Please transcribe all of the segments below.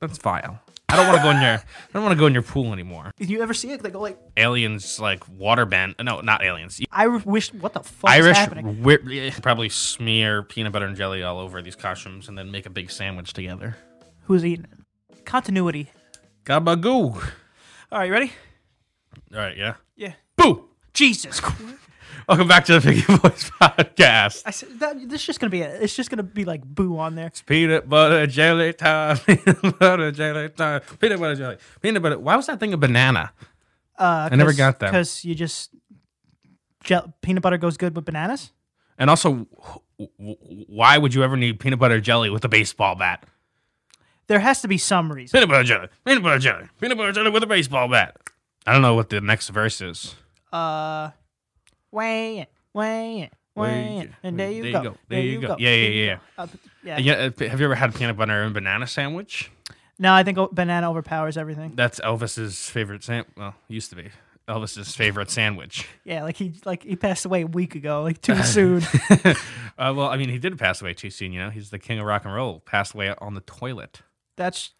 That's vile. I don't want to go in your. I don't want to go in your pool anymore. Did you ever see it? They go like Aliens like waterbend. No, not aliens. Irish. Wish, what the fuck is Irish happening? wi- probably smear peanut butter and jelly all over these costumes and then make a big sandwich together. Who's eating it? Continuity. Gabagoo. All All right, you ready? right, yeah. Yeah. Boo. Jesus. Christ. Welcome back to the Piggy Boys podcast. I said that. This is just gonna be. A, it's just gonna be like boo on there. It's peanut butter jelly time. Peanut butter jelly time. Peanut butter jelly. Peanut butter. Why was that thing a banana? Uh, I never got that. because you just gel, peanut butter goes good with bananas. And also, wh- wh- why would you ever need peanut butter jelly with a baseball bat? There has to be some reason. Peanut butter jelly. Peanut butter jelly. Peanut butter jelly with a baseball bat. I don't know what the next verse is. Uh, weigh it, weigh it, weigh it, and there you, go. There you go. Yeah, there yeah, you yeah. go. Uh, but- yeah. And yet, uh, have you ever had a peanut butter and banana sandwich? No, I think o- banana overpowers everything. That's Elvis's favorite sam. Well, used to be Elvis's favorite sandwich. Yeah, like he like he passed away a week ago, like too soon. uh, well, I mean, he did pass away too soon. You know, he's the king of rock and roll. Passed away on the toilet. That's.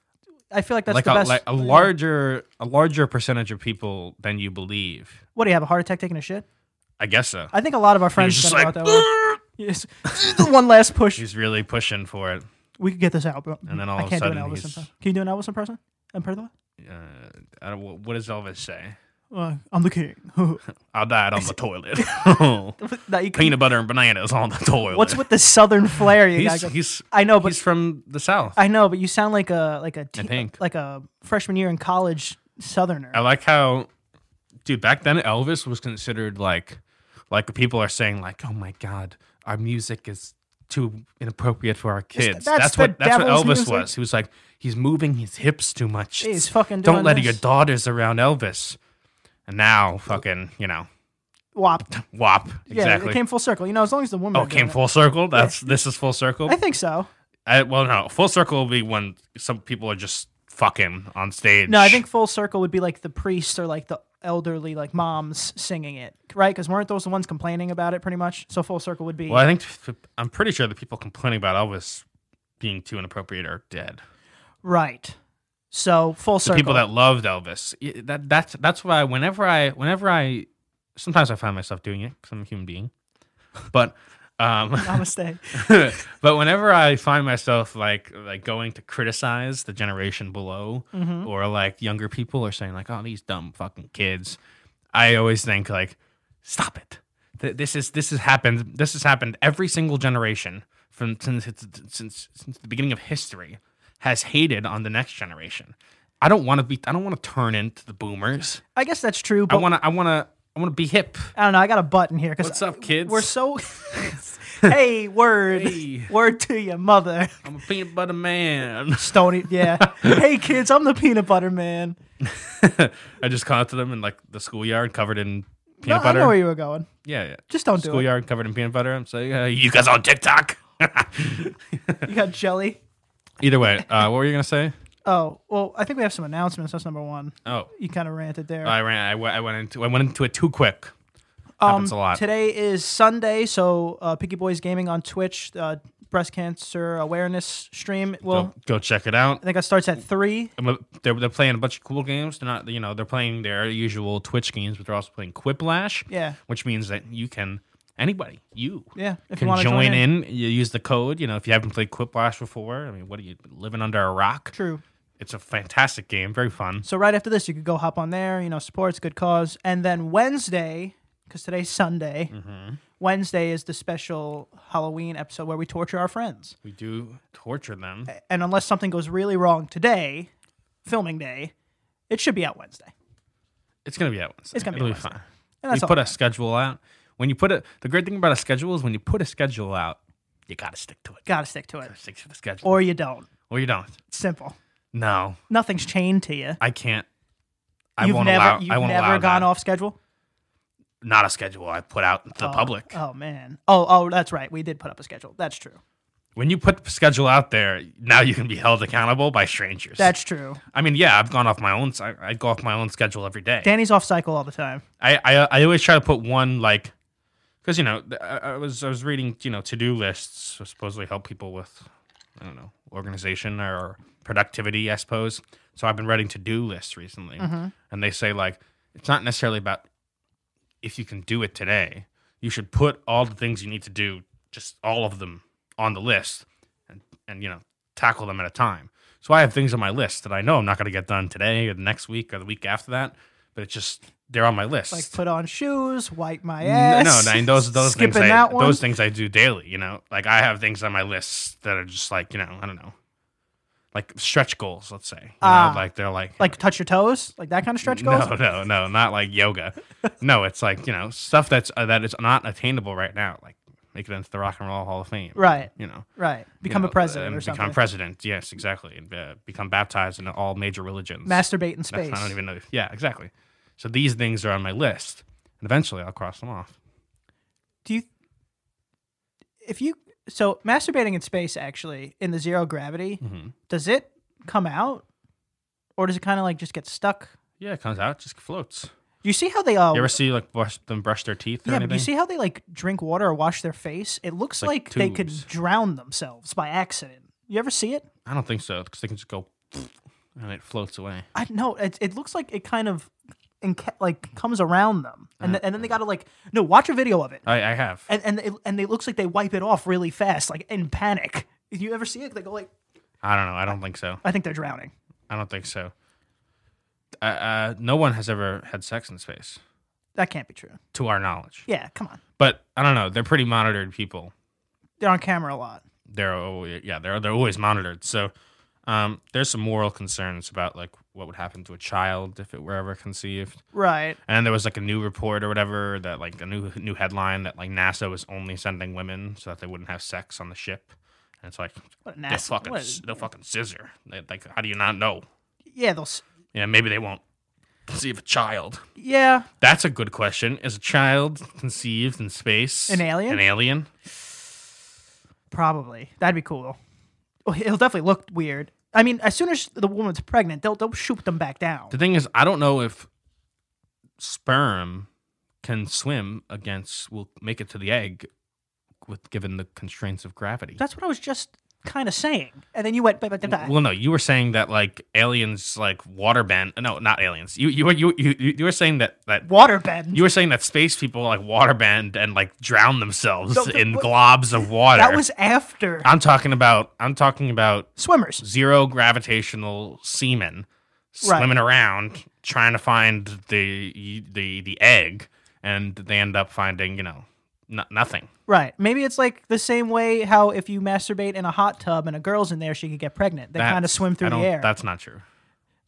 I feel like that's like the a, best. like a larger a larger percentage of people than you believe. What do you have? A heart attack taking a shit? I guess so. I think a lot of our friends He's just think like about that. One. Yes, the one last push. he's really pushing for it. We could get this out, bro. And then all I of a can't do sudden an Elvis he's- impression. Can you do an Elvis impression? Impression? Uh, I don't, what does Elvis say? Uh, I'm the king. no, I died on the toilet. you can, Peanut butter and bananas on the toilet. What's with the southern flair? You he's, guys, got? he's I know, but he's from the south. I, I know, but you sound like a like a te- think. like a freshman year in college southerner. like how, dude. Back then, Elvis was considered like, like people are saying like, oh my god, our music is too inappropriate for our kids. That's that's the what that's what devil's Elvis music? was. He was like, he's moving his hips too much. He's It's- fucking Don't doing let this. your daughters around Elvis. And now, fucking, you know, Wop. wop. Yeah, exactly. it came full circle. You know, as long as the woman. Oh, it came full circle. That's this is full circle. I think so. I, well, no, full circle will be when some people are just fucking on stage. No, I think full circle would be like the priests or like the elderly like moms singing it, right? Because weren't those the ones complaining about it pretty much? So full circle would be. Well, I think I'm pretty sure the people complaining about Elvis being too inappropriate are dead. Right. So full The circle. people that loved Elvis. y- That that's that's why whenever I whenever I sometimes I find myself doing it because I'm a human being, but. Um, Namaste. but whenever I find myself like like going to criticize the generation below or like younger people or saying like oh these dumb fucking kids, I always think like stop it. Th- This is this has happened. This has happened every single generation from since it's- since since the beginning of history has hated on the next generation. I don't want to be. I don't want to turn into the boomers. I guess that's true, I but I, want to. I want to. I want to be hip. don't know. I got a button here What's because up, kids? we're so. hey, word, Hey. word to your mother, I'm a peanut butter man. Stony. Yeah. hey, kids, I'm the peanut butter man. I just caught up to them in like the schoolyard covered in peanut No, butter. I know where you were going. yeah, yeah. Just don't do schoolyard covered in peanut butter. I'm saying, uh, you guys on TikTok? it. You got jelly. Either way, uh, what were you gonna say? Oh well, I think we have some announcements. That's number one. Oh, You kind of ranted there. I ran. I, went- I went into. I went into it too quick. happens a lot. Um, Today is Sunday, so uh, Picky Boys Gaming on Twitch, uh, breast cancer awareness stream. Well, so go check it out. I think it starts at three. I'm a- They're, they're playing a bunch of cool games. They're not, you know, they're playing their usual Twitch games, but they're also playing Quiplash. Yeah. which means that you can anybody you Yeah, if you can wanna join, join in. You use the code. You know, if you haven't played Quiplash before, I mean, what are you living under a rock? True. It's a fantastic game, very fun. So right after this, you could go hop on there. You know, support it's a good cause. And then Wednesday, because today's Sunday. Mm-hmm. Wednesday is the special Halloween episode where we torture our friends. We do torture them. And unless something goes really wrong today, filming day, it should be out Wednesday. It's gonna be out Wednesday. It's gonna be It'll out Wednesday. fine. And that's we all put that a schedule out. When you put a the great thing about a schedule is when you put a schedule out, you gotta stick to it. Gotta stick to it, Stick to the schedule, or, or you don't. you don't. Simple. No, Nothing's chained to you. I can't. I you've won't never, allow. you've I won't never allow gone that. off schedule. Not a schedule I put out to the public. Oh man. Oh oh, that's right. We did put up a schedule. That's true. When you put the schedule out there, now you can be held accountable by strangers. That's true. I mean, yeah, I've gone off my own. I, I go off my own schedule every day. Danny's off cycle all the time. I, I I always try to put one like because you know th- I, I was I was reading you know to do lists so supposedly help people with I don't know organization or productivity, I suppose. So I've been writing to do lists recently, and they say like it's not necessarily about if you can do it today. You should put all the things you need to do, just all of them, on the list, and and you know tackle them at a time. So I have things on my list that I know I'm not going to get done today or the next week or the week after that, but it's just they're on my list. Like put on shoes, wipe my N- ass. No, I mean, those those skipping things I, that one. those things I do daily. You know, like I have things on my list that are just like you know I don't know, like stretch goals. Let's say, you know, Ah. like they're like like touch your toes, like that kind of stretch goals. no, no, no, not like yoga. no, it's like you know stuff that's uh, that is not attainable right now. Like make it into the Rock and Roll Hall of Fame. Right. You know. Right. Become you a know, president and or something. Become president. Yes, exactly. And uh, become baptized in all major religions. Masturbate in space. That's- I don't even know. if- Yeah, exactly. So these things are on my list, and eventually I'll cross them off. Do you? If you so masturbating in space actually in the zero gravity, Mm-hmm. does it come out, or does it kind of like just get stuck? Yeah, it comes out, just floats. You see how they all. You ever see like brush, them brush their teeth or Oh. yeah, but anything? you see how they like drink water or wash their face. It looks like, Like they could tubes. drown themselves by accident. You ever see it? I don't think so because they can just go and it floats away. I no. It, it looks like it kind of, enca- like comes around them, and th- and then they gotta like no. Watch a video of it. I, I have. and and it, and it looks like they wipe it off really fast, like in panic. Did you ever see it? They go like, I don't know. I don't think so. I think they're drowning. I don't think so. Uh, uh, no one has ever had sex in space, That can't be true. to our knowledge. Yeah, come on, But I don't know. They're pretty monitored people. they're on camera a lot. They're al- yeah, they're they're always monitored. So um, there's some moral concerns about like what would happen to a child if it were ever conceived. Right. And there was like a new report or whatever that like a new new headline that like NASA was only sending women so that they wouldn't have sex on the ship. And it's like What a they'll nasty. fucking what a- s- they'll fucking scissor. They- like how do you not know? yeah, they'll. s- Yeah, maybe they won't conceive a child. Yeah, That's a good question. Is a child conceived in space? An alien? An alien? probably. That'd be cool. Well, he'll definitely look weird. I mean, as soon as the woman's pregnant, they'll they'll shoot them back down. The thing is, I don't know if sperm can swim against will make it to the egg with given the constraints of gravity. That's what I was just kind of saying, and then you went. "Bah, bah, bah, bah." Well, no, you were saying that like aliens, like water bend. No, not aliens. You you were- you you you you were saying that that Water bend. you were saying that space people like water bend and like drown themselves No, that in wa- globs of water. that was after I'm talking about. I'm talking about swimmers. zero gravitational semen Right. swimming around trying to find the the the egg, and they end up finding you know no, nothing. Right. Maybe it's like the same way how if you masturbate in a hot tub and a girl's in there, she could get pregnant. They That's- kind of I swim through the don't- air. That's not true.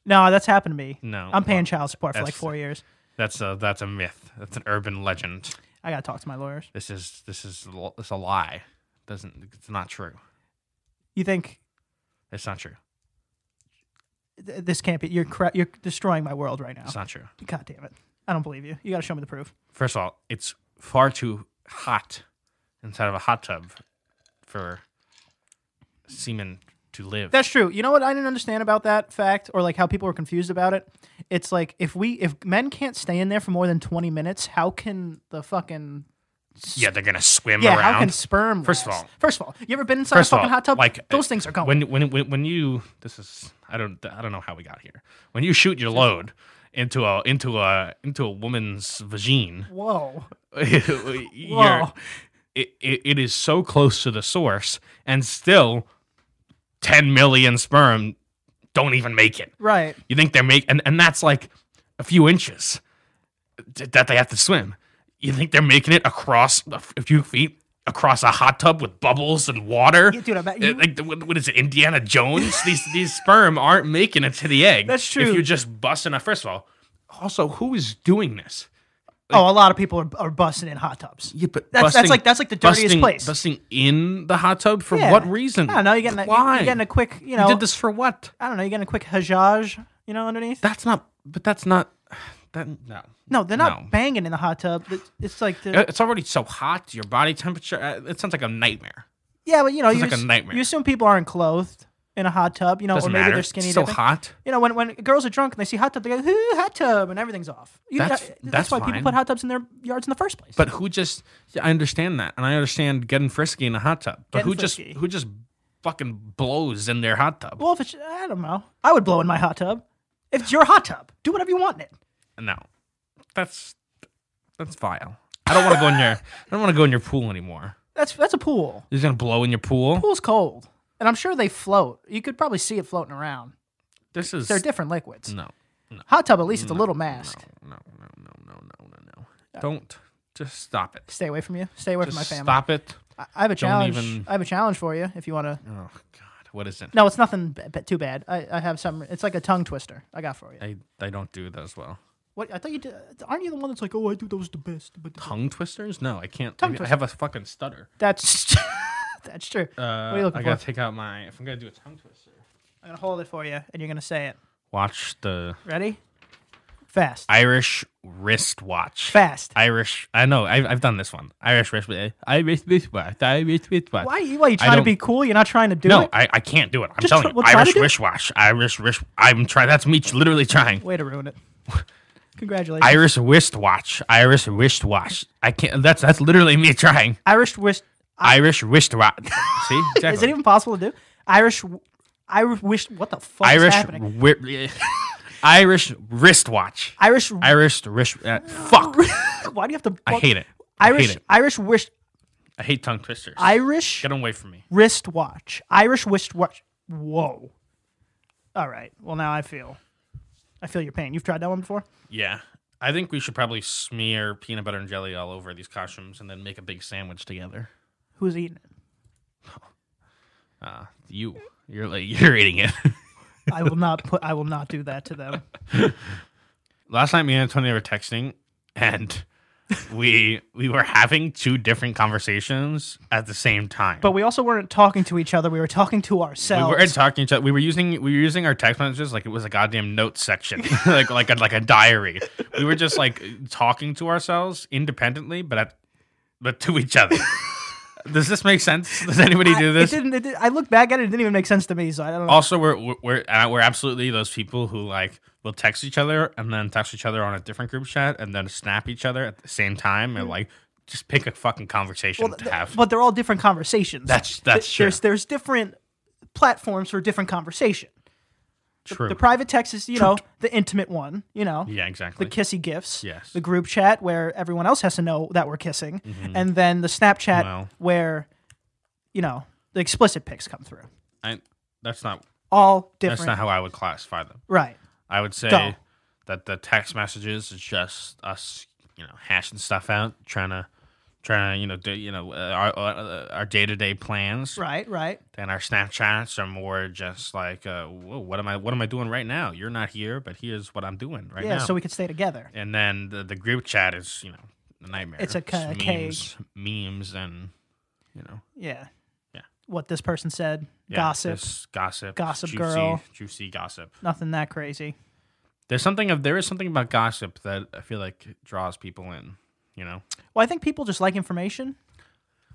No, that's happened to me. No, I'm paying well, child support for like that's- four years. That's a that's a myth. That's an urban legend. I gotta talk to my lawyers. this is this is l- it's a lie. Doesn't it's not true. You think It's not true. th- this can't be? You're cra- you're destroying my world right now. It's not true. God damn it! I don't believe you. You gotta show me the proof. First of all, it's far too hot inside of a hot tub for semen to live. That's true. You know what I didn't understand about that fact, or like how people were confused about it. It's like if we if men can't stay in there for more than 20 minutes, how can the fucking yeah, they're gonna swim yeah? around. How can sperm? First of last? all- first of all, you ever been inside First a of fucking all, hot tub? like those things are going. When when when when you this is I don't I don't know how we got here. When you shoot your load into a into a into a woman's vagine, Whoa! you're, it, it, it is so close to the source, and still, ten million sperm don't even make it. Right. You think they're make, and, and that's like a few inches th- that they have to swim. You think they're making it across a f- a few feet across a hot tub with bubbles and water? Yeah, dude, I bet Uh, you- Like what, what is it, Indiana Jones? these these sperm aren't making it to the egg. That's true. If you're just busting a first of all, also who is doing this? Oh, a lot of people are, are busting in hot tubs. Yeah, but That's- that's like- that's like the dirtiest busting- place. Busting in the hot tub for Yeah. what reason? I don't know. You're getting a, why? You're getting a quick, you You know. did this for what? I don't know. You're getting a quick hajaj, you know, underneath. That's not. But that's not. That no. no, they're not no. banging in the hot tub. It- It's like the, It's already so hot. Your body temperature. uh, It sounds like a nightmare. yeah, but you know, you, like a ass- nightmare. you assume people aren't clothed in a hot tub, you know, Doesn't or maybe matter. they're skinny. it's so dipping. hot. You know, when, when girls are drunk and they see hot tub, they go, "Ooh, hot tub," and everything's off. You know, That's- that's why people fine. put hot tubs in their yards in the first place. But who just? Yeah, I understand that, and I understand getting frisky in a hot tub. But Getting who frisky. just? Who just fucking blows in their hot tub. Well, if it's, I don't know. I would blow in my hot tub. If it's your hot tub, do whatever you want in it. No, that's that's vile. I don't want to go in your I don't want to go in your pool anymore. That's that's a pool. You're just gonna blow in your pool. Pool's cold, and I'm sure they float. You could probably see it floating around. This is They're different liquids. no, Hot tub, at least it's a little masked. no, no, no, no, no, no, no. Don't just stop it. Stay away from you. Stay away Just from my family. stop it. I, I have a challenge. even- I have a challenge for you. If you want to, Oh God, what is it? no, it's nothing b- b- too bad. I, I have some. It's like a tongue twister. I got for you. I I don't do those well. What I thought you did? Aren't you the one that's like, oh, I do those the best? But Tongue twisters? No, I can't. Tongue I- I have a fucking stutter. that's that's true. Uh, are you looking I gotta for? take out my. If I'm gonna do a tongue twister, I'm gonna hold it for you, and you're gonna say it. watch the Ready? Fast. Irish wristwatch. Fast. Irish. I know. I've, I've done this one. Irish wrist. eh? Irish wristwatch. Irish wristwatch. Why? Why are you trying to don't- be cool? You're not trying to do No, it. I, I can't do it. I'm Just telling try- you. well, try to Irish do it. wristwatch. Irish wrist. I'm trying. That's me literally trying. Way to ruin it. Congratulations. Irish wristwatch. Irish wristwatch. I can't. That's that's literally me trying. Irish wrist. Irish wristwatch. See, exactly. Is it even possible to do? Irish. Irish wish. What the fuck is Irish happening? wi- Irish wristwatch. Irish. Irish wrist. Uh, fuck. why do you have to? I hate it. I hate Irish. it. Irish wish. I hate tongue twisters. Irish Get 'em away from me. wristwatch. Irish wristwatch. Whoa. All right. Well, now I feel. I feel your pain. You've tried that one before. Yeah. I think we should probably smear peanut butter and jelly all over these costumes and then make a big sandwich together. Who's eating it? Uh, you, you're like you're eating it. I will not put. I will not do that to them. Last night, me and Antonio were texting, and we we were having two different conversations at the same time. But we also weren't talking to each other. We were talking to we ourselves. were talking to each other. We were using we were using our text messages like it was a goddamn note section, like like a, like a diary. We were just like talking to ourselves independently, but at, but to each other. Does this make sense? Does anybody do this? It didn't. It did, I looked back at it. It didn't even make sense to me. So I don't know. also we're we're we're, uh, we're absolutely those people who like will text each other and then text each other on a different group chat and then snap each other at the same time and like just pick a fucking conversation to have. Hmm. But they're all different conversations. That's- that's Th- true. There's there's different platforms for different conversation. True. The private text is you know the intimate one. You know. yeah, The exactly. kissy gifts. Yes. The group chat where everyone else has to know that we're kissing, and then the Snapchat Mm-hmm. Well. where, you know, the explicit pics come through. I, that's not All different. that's not how I would classify them. right. I would say Dull. that the text messages is just us, you know, hashing stuff out, trying to trying to you know do you know uh, our uh, our day to day plans. Right. Right. and our Snapchats are more just like, uh, Whoa, what am I? What am I doing right now? You're not here, but here's what I'm doing right Yeah. now. So we could stay together. and then the, the group chat is, you know, a nightmare. It's a ca- memes, memes, and you know, Yeah. Yeah. What this person said. yeah, gossip. this gossip, Gossip juicy, Girl. juicy gossip. Nothing that crazy. There's something of there is something about gossip that I feel like draws people in. You know, Well, I think people just like information.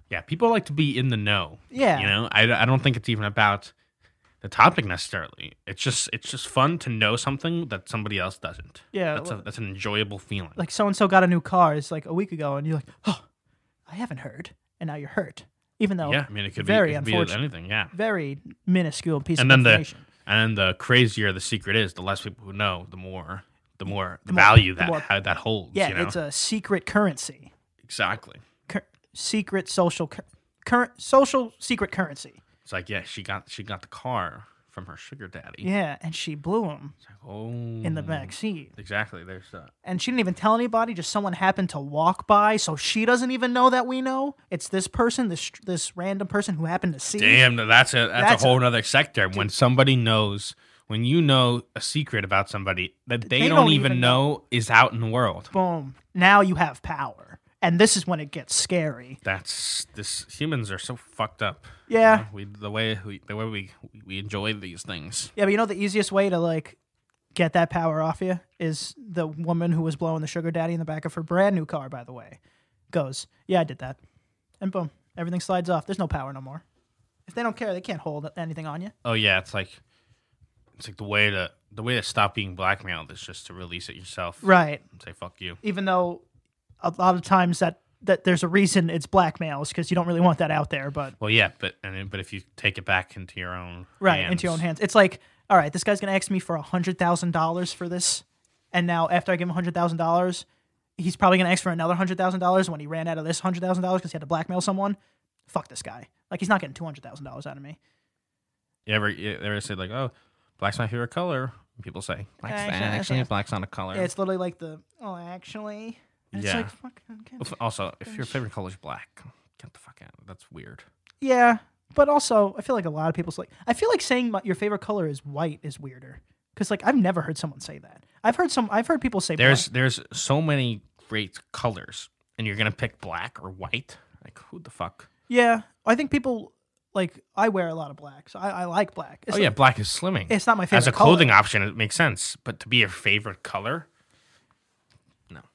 yeah, people like to be in the know. Yeah. you know, I, I don't think it's even about the topic necessarily. It's just it's just fun to know something that somebody else doesn't. Yeah, that's a, well- that's an enjoyable feeling. Like so and so got a new car. It's like a week ago, and you're like, oh, I haven't heard, and now you're hurt. Even though, yeah, I mean, it could very be it could be unfortunate. anything. Yeah, very minuscule piece and of then the information. and then the crazier the secret is, the less people who know, the more the more the, value that more- how that holds. yeah, you know? it's a secret currency, exactly. Cur- secret social, cur- current social secret currency. It's like yeah, she got she got the car from her sugar daddy. Yeah, and she blew him It's like, oh, in the back seat, Exactly. There's that. and she didn't even tell anybody. Just someone happened to walk by, so she doesn't even know that we know. It's this person, this this random person who happened to see. Damn, no, that's a that's, That's a- a whole other sector. When somebody knows, when you know a secret about somebody that they, don't, even, know, is out in the world. Boom! Now you have power, and this is when it gets scary. That's this. Humans are so fucked up. Yeah. we the way we, the way we we enjoy these things. Yeah, but you know the easiest way to like get that power off you is the woman who was blowing the sugar daddy in the back of her brand new car, by the way, goes, Yeah, I did that. And boom, everything slides off. There's no power no more. If they don't care, they can't hold anything on you. Oh yeah, it's like it's like the way to the way to stop being blackmailed is just to release it yourself. Right. And say fuck you. Even though a lot of times that that there's a reason it's blackmail is because you don't really want that out there, but Well, yeah, but and it- but if you take it back into your own right into your own hands. It's like, all right, this guy's gonna ask me for a hundred thousand dollars for this, and now after I give him a hundred thousand dollars, he's probably gonna ask for another hundred thousand dollars when he ran out of this hundred thousand dollars because he had to blackmail someone. Fuck this guy. Like he's not getting two hundred thousand dollars out of me. You ever you ever say like, oh, black's my favorite color? And people say black's Actually, actually, actually. black's not a color. Yeah, it's literally like the oh actually. And It's Yeah. like fucking. okay. If- also, if your favorite color is black, get the fuck out. That's weird. Yeah, but also I feel like a lot of people's like I feel like saying my, your favorite color is white is weirder because like I've never heard someone say that. I've heard some. I've heard people say There's there's so many great colors, and you're gonna pick black or white. Like who the fuck? black. Yeah, I think people like I wear a lot of black, so I, I like black. It's oh yeah, black is slimming. it's not my favorite As a clothing Color. option, it makes sense. But to be your favorite color,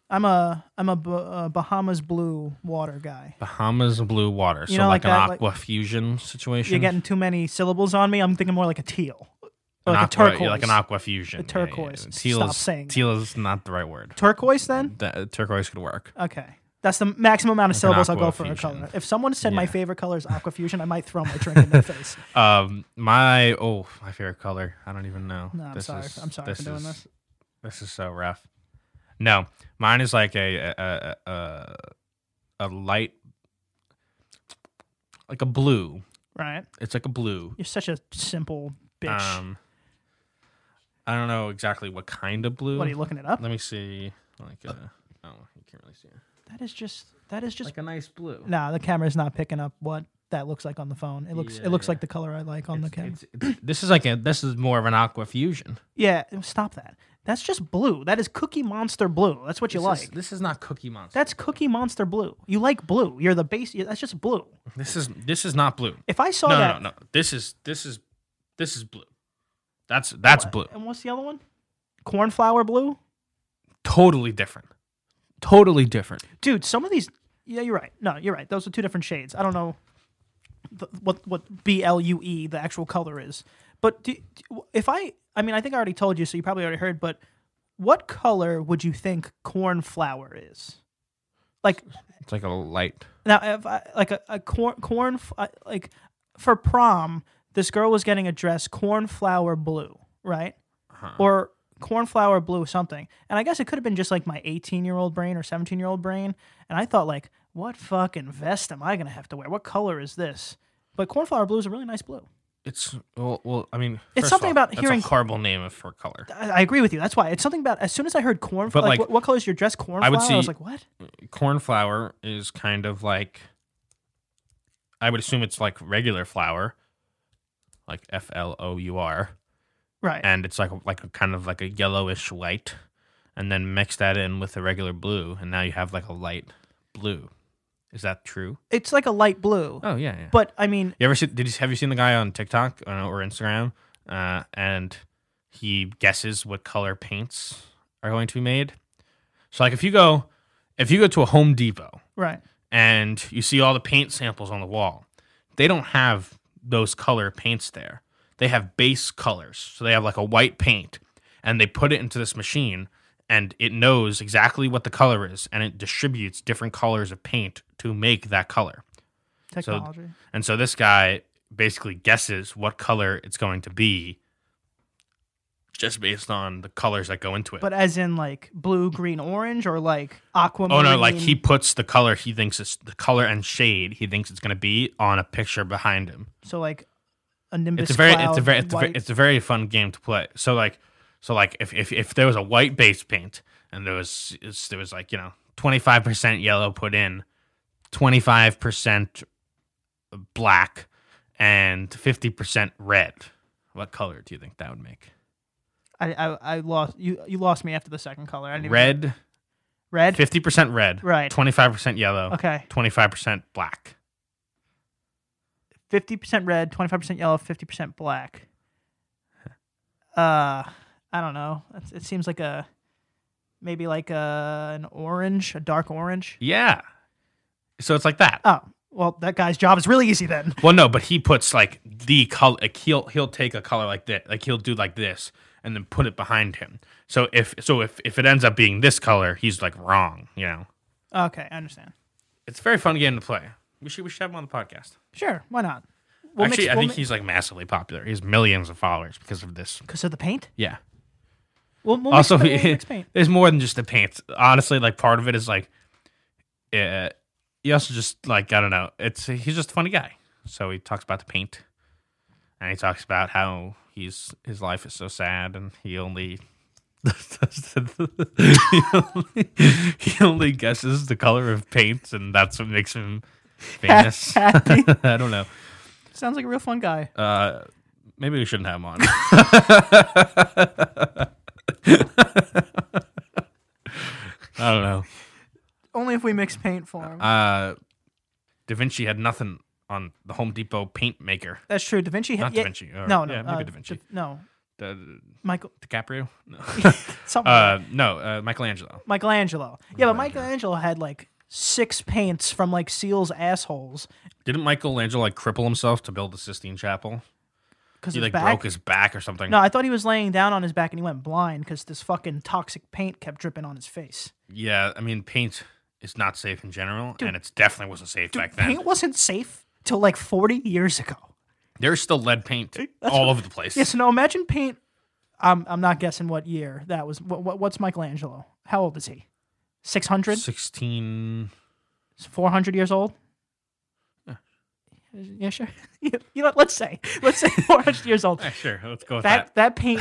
I'm a I'm a B- uh, Bahamas blue water guy. Bahamas blue water. So know, like, like an that, like- aqua fusion situation. You're getting too many syllables on me. I'm thinking more like a teal, An like a aqua- turquoise, like an aqua fusion. Yeah, yeah, yeah. turquoise. Teal Stop is- saying that. teal is not the right word. turquoise. Then That, uh, turquoise could work. okay. That's the maximum amount of syllables I'll go for a aquafusion. color. If someone said my Yeah. favorite color is aquafusion, I might throw my drink in their face. Um, my oh, my favorite color. I don't even know. No, I'm sorry- I'm sorry for doing is, this. This is so rough. No, mine is like a a a, a, a light, like a blue. Right. It's like a blue. You're such a simple bitch. Um, I don't know exactly what kind of blue. what are you looking it up? Let me see. Like a oh, you can't really see it. That is just that is just Like a nice blue. nah. The camera's not picking up what that looks like on the phone. It looks Yeah, it looks yeah. like the color I like on the It's- camera. it's- it's- this is like a this is more of an aqua fusion. Yeah, stop that. That's just blue. That is Cookie Monster blue. That's what you This like. is, this is not Cookie Monster. that's Cookie Monster blue. You like blue. You're the base. That's just blue. This is this is not blue. If I saw no, that, no, no, no. This is this is this is blue. That's that's blue. And what's the other one? Cornflower blue. Totally different. Totally different. dude some of these yeah you're right no you're right those are two different shades i don't know the, what what blue E the actual color is but do, do- if i i mean i think i already told you so you probably already heard but what color would you think cornflower is like It's like a light. now if I, like a, a corn corn f- I- like for prom this girl was getting a dress cornflower blue right Uh-huh. or cornflower blue something and i guess it could have been just like my 18 year old brain or 17 year old brain and i thought like what fucking vest am i gonna have to wear what color is this but cornflower blue is a really nice blue It's well, well. I mean, It's first something off, about that's hearing- a horrible name for a color. I, I agree with you that's why it's something about as soon as i heard corn But, like, like, what, what color is your dress cornflower I, would was see- like what Cornflower is kind of like. I would assume it's like regular flour, like F L O U R, right and it's like like a kind of like a yellowish white, and then mix that in with the regular blue, and now you have like a light blue. Is that true? it's like a light blue Oh yeah, yeah. but i mean You ever see? Did you have you seen the guy on TikTok uh, or Instagram? Uh, and he guesses what color paints are going to be made. So like if you go, if you go to a Home Depot right and you see all the paint samples on the wall, they don't have those color paints there. They have base colors. So they have like a white paint and they put it into this machine and it knows exactly what the color is and it distributes different colors of paint to make that color. technology And so this guy basically guesses what color it's going to be just based on the colors that go into it. But as in like blue, green, orange, or like aquamarine. oh no, like he puts the color he thinks is the color and shade he thinks it's going to be on a picture behind him. So like a nimbus. It's a very it's a cloud, very it's a very, white- it's a very fun game to play. So like so like if if if there was a white base paint and there was it's, there was like, you know, 25% yellow put in, 25% black and 50% red. What color do you think that would make? I, I I lost you. You lost me after the second color. I didn't even- Red, red. 50% red, Right. 25% yellow, Okay. 25% black. Fifty percent red, twenty five percent yellow, fifty percent black. Uh, I don't know. It's, it seems like a maybe like a an orange, a dark orange. Yeah. So it's like that. Oh well, that guy's job is really easy then. Well, no, but he puts like the color. Like he'll he'll take a color like that. Like he'll do like this, and then put it behind him. So if so if if it ends up being this color, he's like wrong. You know. Okay, I understand. It's a very fun game to play. We should we should have him on the podcast. Sure, why not? We'll Actually, I think he's like massively popular. He has millions of followers because of this. because of the paint. Yeah. We'll, we'll also, mix, he- we'll mix paint. there's more than just the paint. Honestly, like part of it is like, uh, he also just like I don't know. It's he's just a funny guy. So he talks about the paint, and he talks about how he's his life is so sad, and he only. he, only, he only guesses the color of paint, and that's what makes him famous. Happy. I don't know. Sounds like a real fun guy. Uh, maybe we shouldn't have him on. I don't know. Only if we mix paint for him. Uh, da Vinci had nothing on the Home Depot paint maker. That's true. Da Vinci. ha- Not yeah, Da Vinci. Or, No, no. Yeah, maybe uh, Da Vinci. no, Da, Michael. DiCaprio? No. Something. uh, no, uh, Michelangelo. Michelangelo. Yeah, but Michelangelo had like six paints from like seals' assholes Didn't Michelangelo like cripple himself to build the Sistine Chapel? because He his like back. broke his back or something. no, I thought he was laying down on his back and he went blind because this fucking toxic paint kept dripping on his face. Yeah, I mean paint is not safe in general, and it definitely wasn't safe back then. Paint wasn't safe till like 40 years ago. There's still lead paint all over the place. Yeah, so now imagine paint. I'm I'm not guessing what year that was. What, what what's Michelangelo? How old is he? 600, 16 400 years old. Yeah, sure. you know, what, let's say let's say 400 years old. Eh, sure let's go with that, that that paint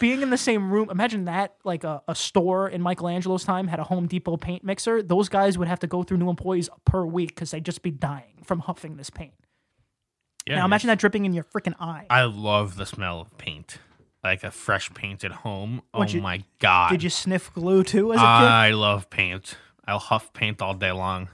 being in the same room imagine that like a, a store in michelangelo's time had a home depot paint mixer those guys would have to go through new employees per week because they'd just be dying from huffing this paint yeah now yeah. imagine that dripping in your freaking eye i love the smell of paint like a fresh painted home oh What'd you- my god did you sniff glue too as a i love paint i'll huff paint all day long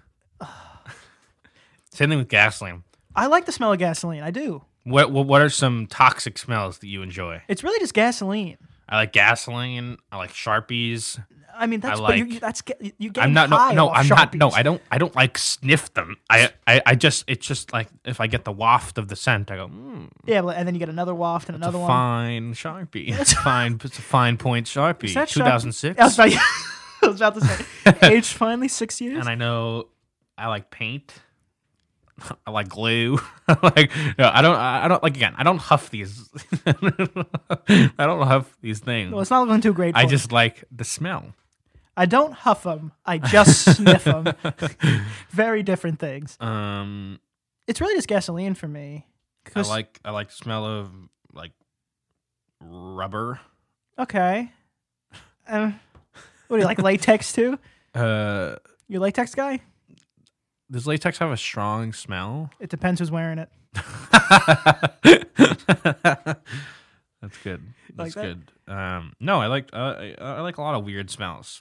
same thing with gasoline kid i like the smell of gasoline i do what, what what are some toxic smells that you enjoy it's really just gasoline i like gasoline i like sharpies i mean that's I but you, like- you that's get you- you get i'm not no, high no off i'm not no Sharpies. i don't i don't like sniff them I, I i just it's just like if i get the waft of the scent i go mm, yeah but- and then you get another waft and It's another a one fine sharpie. It's a fine. It's a fine point sharpie. that Sharpie? Two thousand six. I was, about, I was about to say aged finally six years And I know I like paint. I like glue. like no, I don't. I I don't like again. I don't huff these. I don't huff these things. well, it's not looking too great. I for you. just like the smell. I don't huff them. I just sniff them. Very different things. Um, It's really just gasoline for me. I 'Cause- like I like the smell of like rubber. Okay. Um, what do you like? Latex too? Uh, You a latex guy? does latex have a strong smell? It depends who's wearing it. That's good. That's Like that? good. Um, no, I like uh, I, I like a lot of weird smells.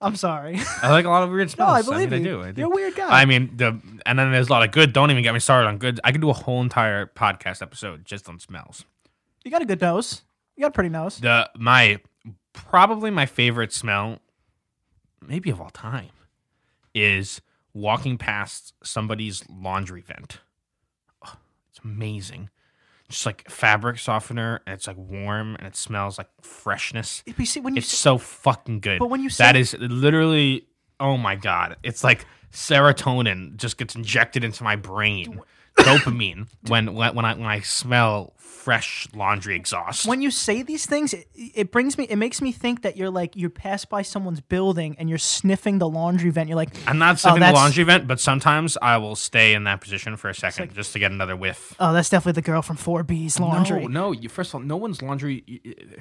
I'm sorry. I like a lot of weird no, I smells. believe mean, you. I do. I You're do. a weird guy. I mean, the and then there's a lot of good. Don't even get me started on good. I could do a whole entire podcast episode just on smells. you got a good nose. You got a pretty nose. The my probably my favorite smell, maybe of all time, is walking past somebody's laundry vent. Oh, it's amazing. Just like fabric softener, and it's like warm, and it smells like freshness. If you see when you It's see, so fucking good. But when you that say- is literally, oh my god, it's like serotonin just gets injected into my brain. Dopamine when when when I when I smell fresh laundry exhaust. when you say these things, it, it brings me. It makes me think that you're like you pass by someone's building and you're sniffing the laundry vent. You're like, I'm not sniffing the Oh, that's- laundry vent, but sometimes I will stay in that position for a second just to get another whiff. oh, that's definitely the girl from 4B's laundry. No, no. Oh, You, first of all, no one's laundry. y- y-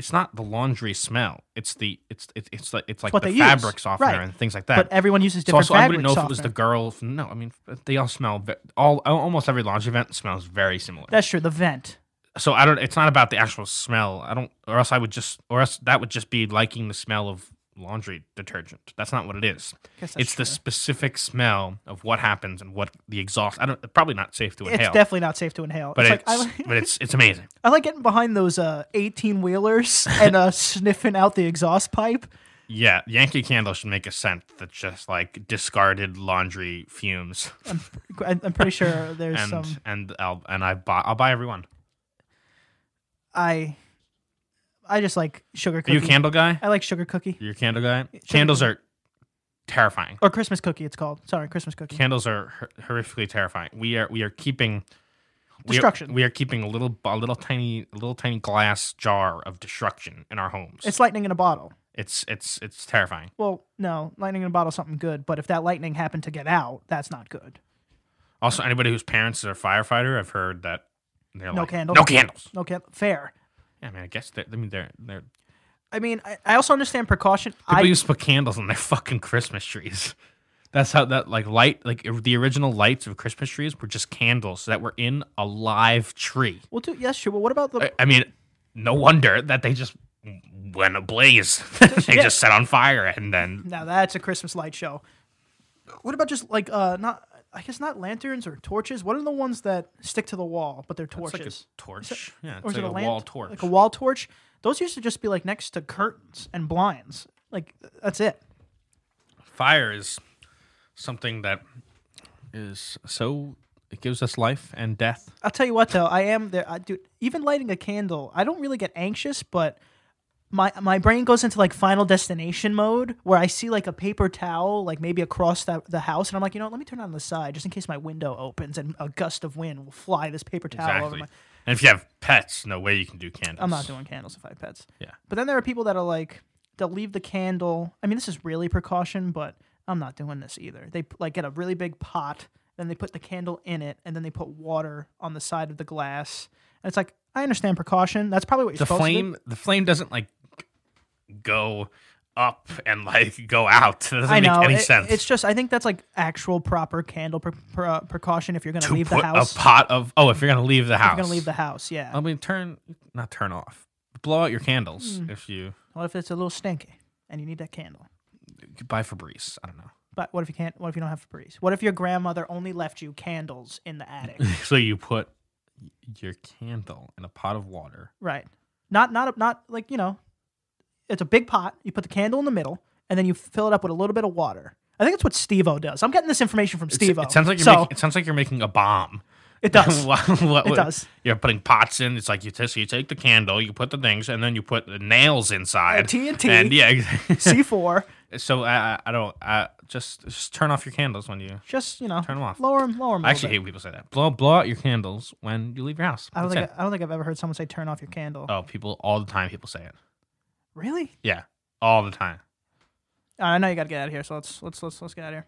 It's not the laundry smell. It's the it's it's it's like it's like what the they use. fabric softener Right. and things like that. But everyone uses So different. also, I wouldn't know fabric if it was the softener. girl. From, no, I mean they all smell ve- all almost every laundry vent smells very similar. That's true. The vent. so I don't. It's not about the actual smell. I don't, or else I would just, or else that would just be liking the smell of laundry detergent. That's not what it is. Guess that's It's the true. specific smell of what happens and what the exhaust. I don't. Probably not safe to It's inhale. definitely not safe to inhale. but it's, it's, like I, li- but it's it's amazing. I like getting behind those eighteen wheelers and uh, sniffing out the exhaust pipe. Yeah, Yankee Candle should make a scent that's just like discarded laundry fumes, I, I'm pretty sure there's and some. and I'll and I buy I'll buy everyone. I I just like sugar Are cookie. you a candle guy? Uh, I like sugar cookie. You're a candle guy. Candles are terrifying. or Christmas cookie. It's called. Sorry, Christmas cookie. Candles are hor- horrifically terrifying. We are we are keeping we are- Destruction. We are, keeping a little a little tiny a little tiny glass jar of destruction in our homes. it's lightning in a bottle. it's it's it's terrifying. Well, no, lightning in a bottle something good, but if that lightning happened to get out, that's not good. Also, anybody whose parents are firefighter, I've heard that they're No like, candles. No candles. Okay, fair. Yeah, I mean, I guess they're, I mean they're they're I mean, I, I also understand precaution. People I used to put candles on their fucking Christmas trees. That's how that like light like ir- the original lights of Christmas trees were just candles that were in a live tree. well, do yes, sure. But what about the? I, I mean, no wonder that they just went ablaze. they Yeah. just set on fire and then now that's a Christmas light show. What about just like uh not? I guess not lanterns or torches. What are the ones that stick to the wall, but they're it's torches? like a torch. yeah, it's or is like it a, a, lan- wall torch. Like a wall torch. Those used to just be like next to curtains and blinds. Like that's it. fire is something that is so it gives us life and death. I'll tell you what though, I am there. I, dude, even lighting a candle, I don't really get anxious, but my my brain goes into like Final Destination mode where I see like a paper towel, like maybe across the, the house, and I'm like, you know, what, let me turn it on the side just in case my window opens and a gust of wind will fly this paper towel over Exactly. my. And if you have pets, no way you can do candles. I'm not doing candles if I have pets. Yeah. But then there are people that are like, they'll leave the candle. I mean, this is really precaution, but I'm not doing this either. They like get a really big pot, then they put the candle in it, and then they put water on the side of the glass. And it's like, I understand precaution. That's probably what you're the supposed to do. flame the flame doesn't like g- go up and like go out it doesn't I know. make any it- sense It's just, I think that's like actual proper candle pre- pre- precaution if you're going to to leave the put house. a pot Um, of oh if you're gonna leave the house If you're going to leave the house, yeah. i mean turn not turn off blow out your candles Hmm. if you, what if it's a little stinky and you need that candle? you could buy Febreze. i don't know But what if you can't? What if you don't have Febreze? What if your grandmother only left you candles in the attic? so you put your candle in a pot of water Right. Not not not like you know, it's a big pot. You put the candle in the middle, and then you fill it up with a little bit of water. I think that's what Steve-O does. I'm getting this information from Steve-O. it sounds like you're so making, it sounds like you're making a bomb it does. What- what- It does. You're putting pots in. It's like you, t- so you take the candle, you put the things, and then you put the nails inside. TNT. And yeah, C4. So I, I- I don't. I just just turn off your candles when you. Just you know, Turn 'em off. Lower them. Lower them. I actually hate when people say that. Blow blow out your candles when you leave your house. I don't That's think I, I don't think I've ever heard someone say turn off your candle. it. oh, people all the time. People say it. Really? Yeah, all the time. Uh, I know you got to get out of here, so let's let's let's let's get out of here.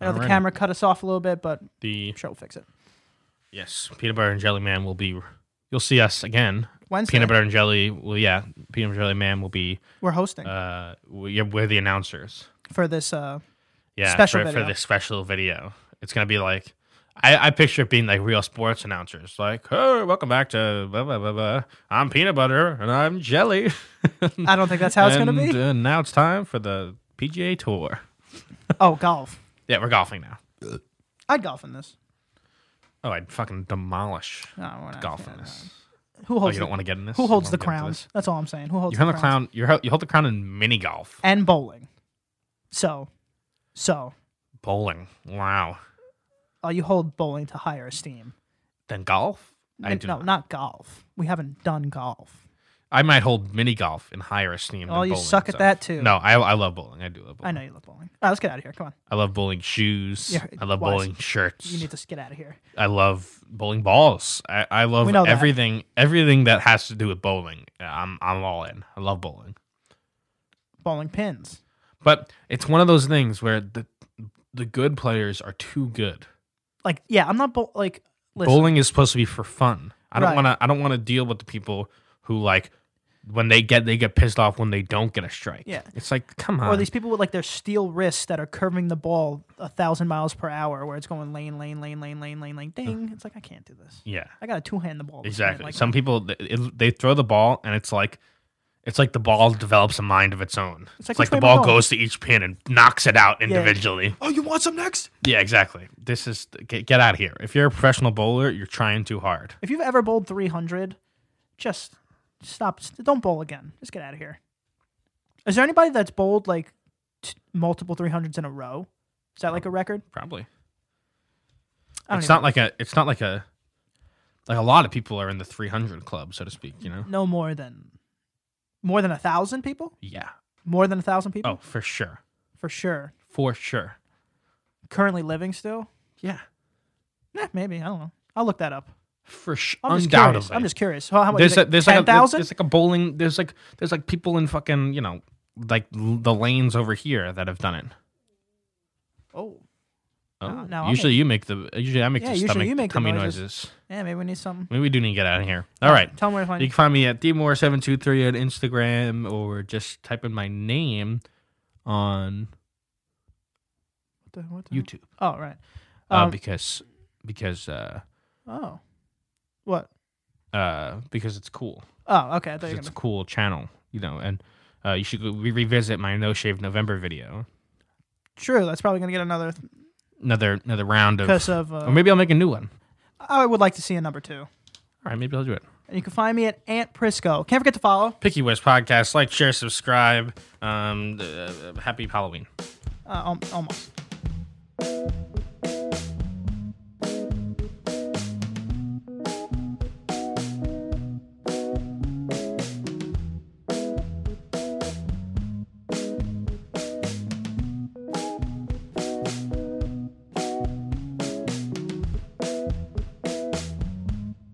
I know the Alrighty. camera cut us off a little bit, but I'm The sure we'll fix it. yes, peanut butter and jelly man will be. You'll see us again. Wednesday Peanut butter and jelly. Well, yeah, peanut butter and jelly man will be. we're hosting Uh, we're, we're the announcers. for this. Uh, Yeah, Special for, video. for this special video. It's gonna be like. I, I picture it being like real sports announcers, like, "Hey, welcome back to blah blah blah blah. I'm peanut butter and I'm jelly." I don't think that's how it's going to and, be. uh, now it's time for the PGA Tour. Oh, golf. Yeah, we're golfing now. I'd golf in this. Oh, I'd fucking demolish No, we're not golf yeah, in this. no. Who Oh, holds you the don't want to get in this. Who You holds the don't wanna get into crowns? this? That's all I'm saying. Who holds You the, hold the crowns? crown. You hold- you hold the crown in mini golf, and bowling? So, so bowling. Wow. uh, you hold bowling to higher esteem. Then golf. I N- do. no, not. not golf. We haven't done golf. I might hold mini golf in higher esteem. Oh, than you bowling suck at itself. that too. No, I, I love bowling. I do love bowling. I know you love bowling. All right, let's get out of here. Come on, I love bowling shoes. Yeah, I love wise. bowling shirts. you need to get out of here. I love bowling balls. I, I love We know that. everything everything that has to do with bowling. I'm I'm all in. I love bowling. Bowling pins. But it's one of those things where the the good players are too good. Like, yeah, I'm not bowl. Like, listen, Bowling is supposed to be for fun. I don't Right. want to. I don't want to deal with the people who like when they get they get pissed off when they don't get a strike. Yeah. it's like come on. or these people with like their steel wrists that are curving the ball a thousand miles per hour, where it's going lane, lane, lane, lane, lane, lane, lane, ding. It's like I can't do this. yeah, I got to two hand the ball. this minute, exactly. Like, Some people th- it, they throw the ball and it's like. It's like the ball develops a mind of its own. It's like, like, which way the am I ball going? goes to each pin and knocks it out individually. oh, you want some next? Yeah, exactly. This is get, get out of here. If you're a professional bowler, you're trying too hard. If you've ever bowled 300, just stop. st- Don't bowl again. Just get out of here. Is there anybody that's bowled like t- multiple 300s in a row? Is that like a record? Probably. I don't it's even not like a it's not like a like a lot of people are in the 300 club so to speak you know no more than more than a thousand people. yeah More than a thousand people oh for sure for sure. for sure. Currently living still? Yeah, Nah, maybe. I don't know. I'll look that up. for sure. I'm just undoubtedly. curious. I'm just curious. How, how much there's is a, it? there's like a, there's 10,000? there's like a bowling. There's like there's like people in fucking you know like l- the lanes over here that have done it. Oh, Oh, Ah, now I'm usually you make the usually I make Yeah, the usually stomach you make the tummy noises. noises. yeah, maybe we need something. Maybe we do need to get out of here. All right. Tell me where to find You can find me at dmore723 on Instagram or just type in my name on What the- what the- YouTube Oh, right. uh, Um, because because uh, oh. What? uh, because it's cool. Oh, okay. I thought 'Cause you were It's a gonna. cool channel, you know. And uh, you should go re- revisit my No Shave November video. True. That's probably gonna get another Another another round of, because of. Uh, or maybe I'll make a new one. I would like to see a number two. All right, maybe I'll do it. And you can find me at Aunt Prisco. Can't forget to follow. Picky West podcast. Like, share, uh, subscribe. Um, uh, happy Halloween. Uh, al- almost.